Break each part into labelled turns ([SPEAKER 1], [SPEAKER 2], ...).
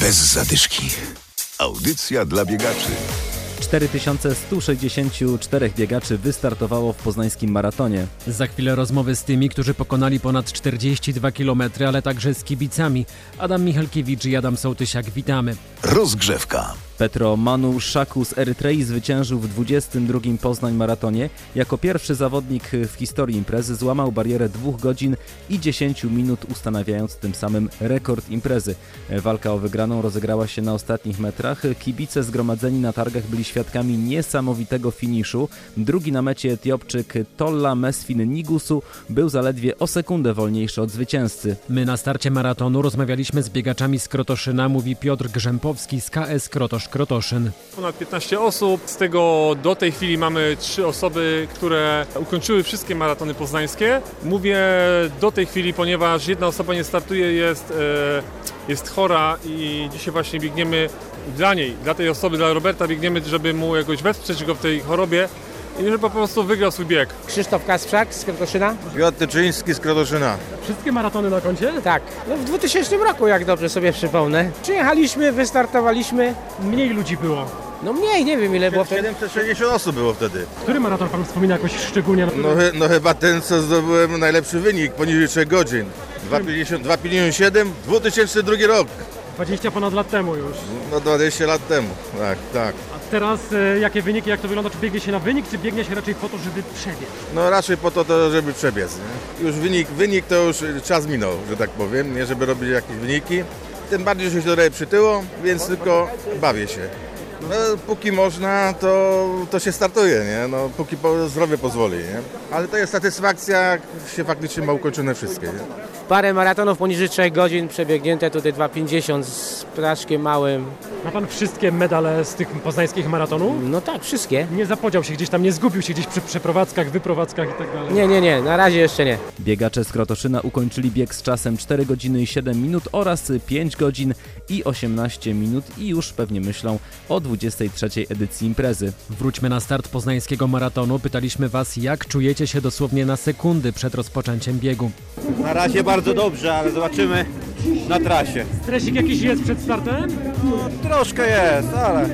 [SPEAKER 1] bez zadyszki. Audycja dla biegaczy.
[SPEAKER 2] 4164 biegaczy wystartowało w poznańskim maratonie.
[SPEAKER 3] Za chwilę rozmowy z tymi, którzy pokonali ponad 42 km, ale także z kibicami. Adam Michalkiewicz i Adam Sołtysiak, witamy.
[SPEAKER 1] Rozgrzewka.
[SPEAKER 2] Petro Manu Szaku z Erytrei zwyciężył w 22 Poznań Maratonie. Jako pierwszy zawodnik w historii imprezy złamał barierę 2 godzin i 10 minut, ustanawiając tym samym rekord imprezy. Walka o wygraną rozegrała się na ostatnich metrach. Kibice zgromadzeni na targach byli świadkami niesamowitego finiszu. Drugi na mecie Etiopczyk Tolla Mesfin Nigusu był zaledwie o sekundę wolniejszy od zwycięzcy.
[SPEAKER 3] My na starcie maratonu rozmawialiśmy z biegaczami z Krotoszyna, mówi Piotr Grzępowski z KS Krotosz Krotoszyn.
[SPEAKER 4] Ponad 15 osób, z tego do tej chwili mamy 3 osoby, które ukończyły wszystkie maratony poznańskie. Mówię do tej chwili, ponieważ jedna osoba nie startuje, jest, e, jest chora i dzisiaj właśnie biegniemy dla niej, dla tej osoby, dla Roberta, biegniemy, żeby mu jakoś wesprzeć go w tej chorobie i żeby po prostu wygrał swój bieg.
[SPEAKER 5] Krzysztof Kasprzak z Krotoszyna?
[SPEAKER 6] Piotr Tyczyński z Krotoszyna.
[SPEAKER 3] Wszystkie maratony na koncie?
[SPEAKER 5] Tak. No w 2000 roku, jak dobrze sobie przypomnę. Przyjechaliśmy, wystartowaliśmy.
[SPEAKER 3] Mniej ludzi było.
[SPEAKER 5] No mniej, nie wiem ile było wtedy.
[SPEAKER 6] 760 osób było wtedy.
[SPEAKER 3] Który maraton pan wspomina jakoś szczególnie?
[SPEAKER 6] No, chy- no chyba ten, co zdobyłem najlepszy wynik, poniżej 3 godzin. 2,50, 2,57, 2002 rok.
[SPEAKER 3] 20 ponad lat temu już.
[SPEAKER 6] No 20 lat temu, tak, tak.
[SPEAKER 3] A teraz jakie wyniki, jak to wygląda? Czy biegnie się na wynik, czy biegnie się raczej po to, żeby przebiec?
[SPEAKER 6] No raczej po to, to żeby przebiec. Nie? Już wynik, wynik to już czas minął, że tak powiem, nie żeby robić jakieś wyniki. Tym bardziej, że się trochę przytyło, więc tylko bawię się. No, póki można, to, to się startuje, nie? No, póki po, zdrowie pozwoli, nie? Ale to jest satysfakcja, jak się faktycznie ma ukończone wszystkie, nie?
[SPEAKER 5] Parę maratonów poniżej 3 godzin przebiegnięte, tutaj 2,50 z praszkiem małym.
[SPEAKER 7] Ma pan wszystkie medale z tych poznańskich maratonów?
[SPEAKER 5] No tak, wszystkie.
[SPEAKER 7] Nie zapodział się gdzieś tam, nie zgubił się gdzieś przy przeprowadzkach, wyprowadzkach i tak dalej.
[SPEAKER 5] Nie, nie, nie, na razie jeszcze nie.
[SPEAKER 2] Biegacze z Krotoszyna ukończyli bieg z czasem 4 godziny i 7 minut oraz 5 godzin i 18 minut i już pewnie myślą o 23 edycji imprezy.
[SPEAKER 3] Wróćmy na start poznańskiego maratonu. Pytaliśmy Was, jak czujecie się dosłownie na sekundy przed rozpoczęciem biegu.
[SPEAKER 8] Na razie bardzo dobrze, ale zobaczymy na trasie.
[SPEAKER 7] Stresik jakiś jest przed startem?
[SPEAKER 8] Troszkę jest, ale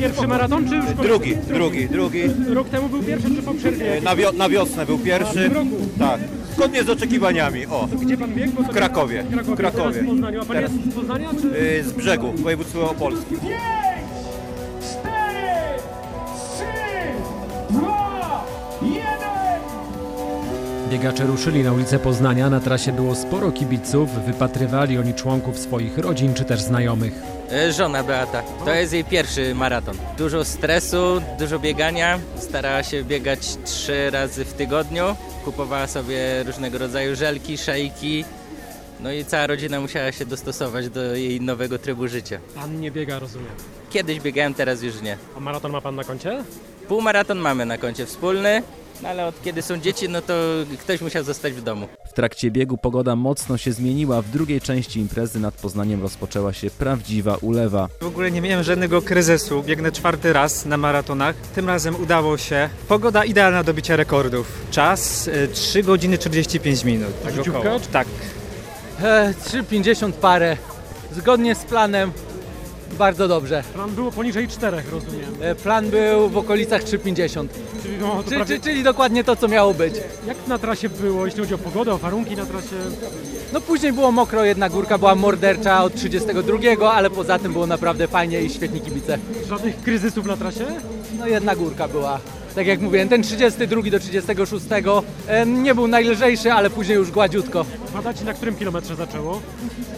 [SPEAKER 7] Pierwszy maraton czy już... po-
[SPEAKER 8] drugi, drugi, drugi. E,
[SPEAKER 7] Rok temu był pierwszy czy po przerwie?
[SPEAKER 8] Na, wio- na wiosnę był pierwszy. Tak. Zgodnie z oczekiwaniami. O,
[SPEAKER 7] Gdzie pan biegł? Bo to-
[SPEAKER 8] Krakowie.
[SPEAKER 7] Krakowie.
[SPEAKER 8] Krakowie.
[SPEAKER 7] Teraz w Poznaniu. A pan
[SPEAKER 8] Teraz.
[SPEAKER 7] jest z Poznania czy...
[SPEAKER 8] y, z brzegu, województwo opolskie.
[SPEAKER 3] Biegacze ruszyli na ulicę Poznania. Na trasie było sporo kibiców. Wypatrywali oni członków swoich rodzin czy też znajomych.
[SPEAKER 9] E, Żona Beata. To jest jej pierwszy maraton. Dużo stresu, dużo biegania. Starała się biegać trzy razy w tygodniu. Kupowała sobie różnego rodzaju żelki, szejki. No i cała rodzina musiała się dostosować do jej nowego trybu życia.
[SPEAKER 7] Pan nie biega, rozumiem.
[SPEAKER 9] Kiedyś biegałem, teraz już nie.
[SPEAKER 7] A maraton ma pan na koncie?
[SPEAKER 9] Półmaraton mamy na koncie wspólny, no ale od kiedy są dzieci, no to ktoś musiał zostać w domu.
[SPEAKER 2] W trakcie biegu pogoda mocno się zmieniła, w drugiej części imprezy nad Poznaniem rozpoczęła się prawdziwa ulewa.
[SPEAKER 10] W ogóle nie miałem żadnego kryzysu. Biegnę czwarty raz na maratonach. Tym razem udało się. Pogoda idealna do bicia rekordów. Czas y, 3 godziny 45 minut. Tak
[SPEAKER 7] Życiówka?
[SPEAKER 10] około. Tak.
[SPEAKER 5] 3,50 E, parę. Zgodnie z planem. Bardzo dobrze. E,
[SPEAKER 7] Plan było poniżej czterech, rozumiem.
[SPEAKER 5] Plan był w okolicach 3,50.
[SPEAKER 7] Czyli, no, to prawie...
[SPEAKER 5] czyli dokładnie to, co miało być.
[SPEAKER 7] Jak na trasie było, jeśli chodzi o pogodę, o warunki na trasie?
[SPEAKER 5] No później było mokro, jedna górka była mordercza od 32, ale poza tym było naprawdę fajnie i świetni kibice.
[SPEAKER 7] Żadnych kryzysów na trasie?
[SPEAKER 5] No jedna górka była. Tak jak mówiłem, ten 32 do 36 em, nie był najlżejszy, ale później już gładziutko.
[SPEAKER 7] Badacie na którym kilometrze zaczęło?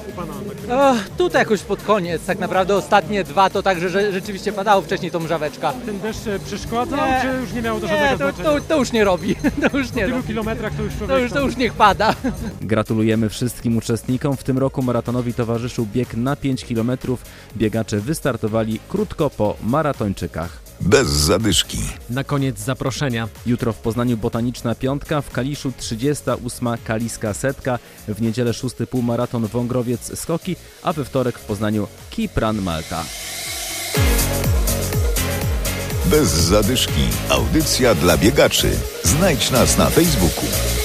[SPEAKER 7] U Pana tak.
[SPEAKER 5] Ach, tutaj jakoś pod koniec, tak naprawdę ostatnie dwa to tak, że rze- rzeczywiście padało wcześniej tą mrzaweczka.
[SPEAKER 7] Ten deszcz e, przeszkadzał,
[SPEAKER 5] Nie.
[SPEAKER 7] czy już nie miało do żadnego
[SPEAKER 5] Nie, to,
[SPEAKER 7] znaczenia?
[SPEAKER 5] to, to już nie robi, to już nie
[SPEAKER 7] W tylu
[SPEAKER 5] robi.
[SPEAKER 7] kilometrach to już człowiek
[SPEAKER 5] To już, to
[SPEAKER 7] tam-
[SPEAKER 5] już niech pada.
[SPEAKER 2] Gratulujemy wszystkim uczestnikom. W tym roku maratonowi towarzyszył bieg na 5 km. Biegacze wystartowali krótko po maratończykach.
[SPEAKER 1] Bez zadyszki.
[SPEAKER 3] Na koniec zaproszenia.
[SPEAKER 2] Jutro w Poznaniu Botaniczna Piątka, w Kaliszu 38 Kaliska Setka, w niedzielę 6 półmaraton Wągrowiec Skoki, a we wtorek w Poznaniu Kipran Malta.
[SPEAKER 1] Bez zadyszki. Audycja dla biegaczy. Znajdź nas na Facebooku.